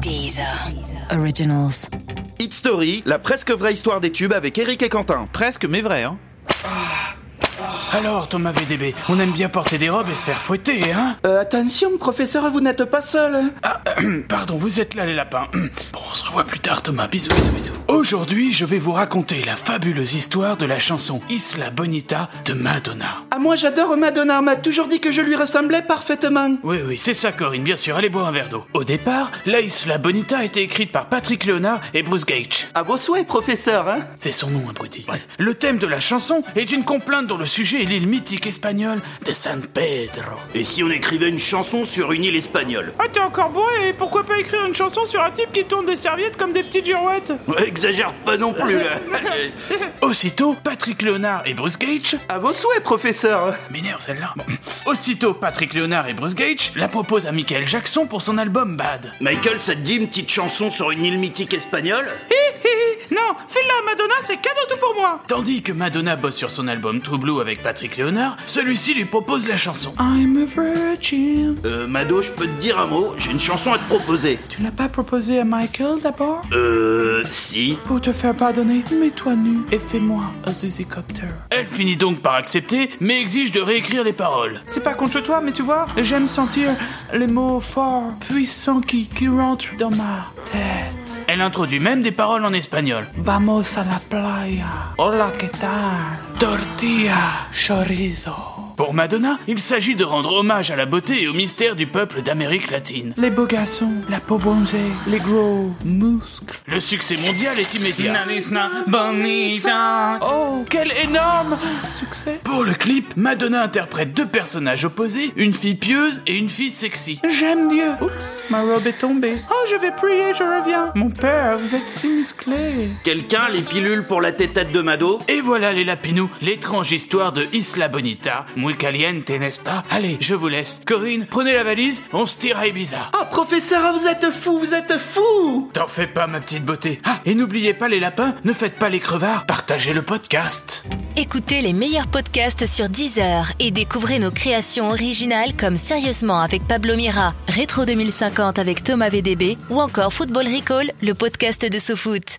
Deezer. Originals. Hit Story, la presque vraie histoire des tubes avec Eric et Quentin. Presque, mais vrai, hein. Ah. Alors, Thomas VDB, on aime bien porter des robes et se faire fouetter, hein Euh, attention, professeur, vous n'êtes pas seul. Ah, pardon, vous êtes là, les lapins. Hum. Bon, on se revoit plus tard, Thomas. Bisous, bisous, bisous. Aujourd'hui, je vais vous raconter la fabuleuse histoire de la chanson Isla Bonita de Madonna. Ah, moi j'adore Madonna, on m'a toujours dit que je lui ressemblais parfaitement. Oui, oui, c'est ça, Corinne, bien sûr. Allez boire un verre d'eau. Au départ, la Isla Bonita a été écrite par Patrick Leonard et Bruce Gage. À vos souhaits, professeur, hein C'est son nom, abruti. Bref, le thème de la chanson est une complainte dont le sujet est l'île mythique espagnole de San Pedro. Et si on écrivait une chanson sur une île espagnole Ah, t'es encore bourré et pourquoi pas écrire une chanson sur un type qui tourne des serviettes comme des petites girouettes Exagère pas non plus là Aussitôt, Patrick Leonard et Bruce Gage À vos souhaits, professeur. M'énerve celle-là. Bon. Aussitôt, Patrick Leonard et Bruce Gage la proposent à Michael Jackson pour son album Bad. Michael, ça te dit une petite chanson sur une île mythique espagnole Hi, hi, hi. Non, file-la à Madonna, c'est cadeau tout pour moi Tandis que Madonna bosse sur son album True Blue avec Patrick Leonard, celui-ci lui propose la chanson. Ah, Euh, Mado, je peux te dire un mot J'ai une chanson à te proposer. Tu l'as pas proposé à Michael d'abord Euh, si. Pour te faire pardonner, mets-toi nu et fais-moi un zizicopter. Elle finit donc par accepter, mais exige de réécrire les paroles. C'est pas contre toi, mais tu vois, j'aime sentir les mots forts, puissants qui, qui rentrent dans ma tête. Elle introduit même des paroles en espagnol. Vamos a la playa. Hola, ¿qué tal? Tortilla, chorizo. Pour Madonna, il s'agit de rendre hommage à la beauté et au mystère du peuple d'Amérique latine. Les beaux garçons, la peau bronzée, les gros muscles. Le succès mondial est immédiat. Oh, quel énorme succès. Pour le clip, Madonna interprète deux personnages opposés, une fille pieuse et une fille sexy. J'aime Dieu. Oups, ma robe est tombée. Oh, je vais prier, je reviens. Mon père, vous êtes si musclé. Quelqu'un, les pilules pour la tétette de Mado Et voilà les lapinous, l'étrange histoire de Isla Bonita. Muy caliente, n'est-ce pas Allez, je vous laisse. Corinne, prenez la valise, on se tire à Ibiza. Ah, professeur, vous êtes fou, vous êtes fou T'en fais pas, ma petite beauté. Ah, et n'oubliez pas les lapins, ne faites pas les crevards, partagez le podcast. Écoutez les meilleurs podcasts sur Deezer et découvrez nos créations originales comme Sérieusement avec Pablo Mira, Rétro 2050 avec Thomas VDB ou encore Football Recall, le podcast de sous-foot.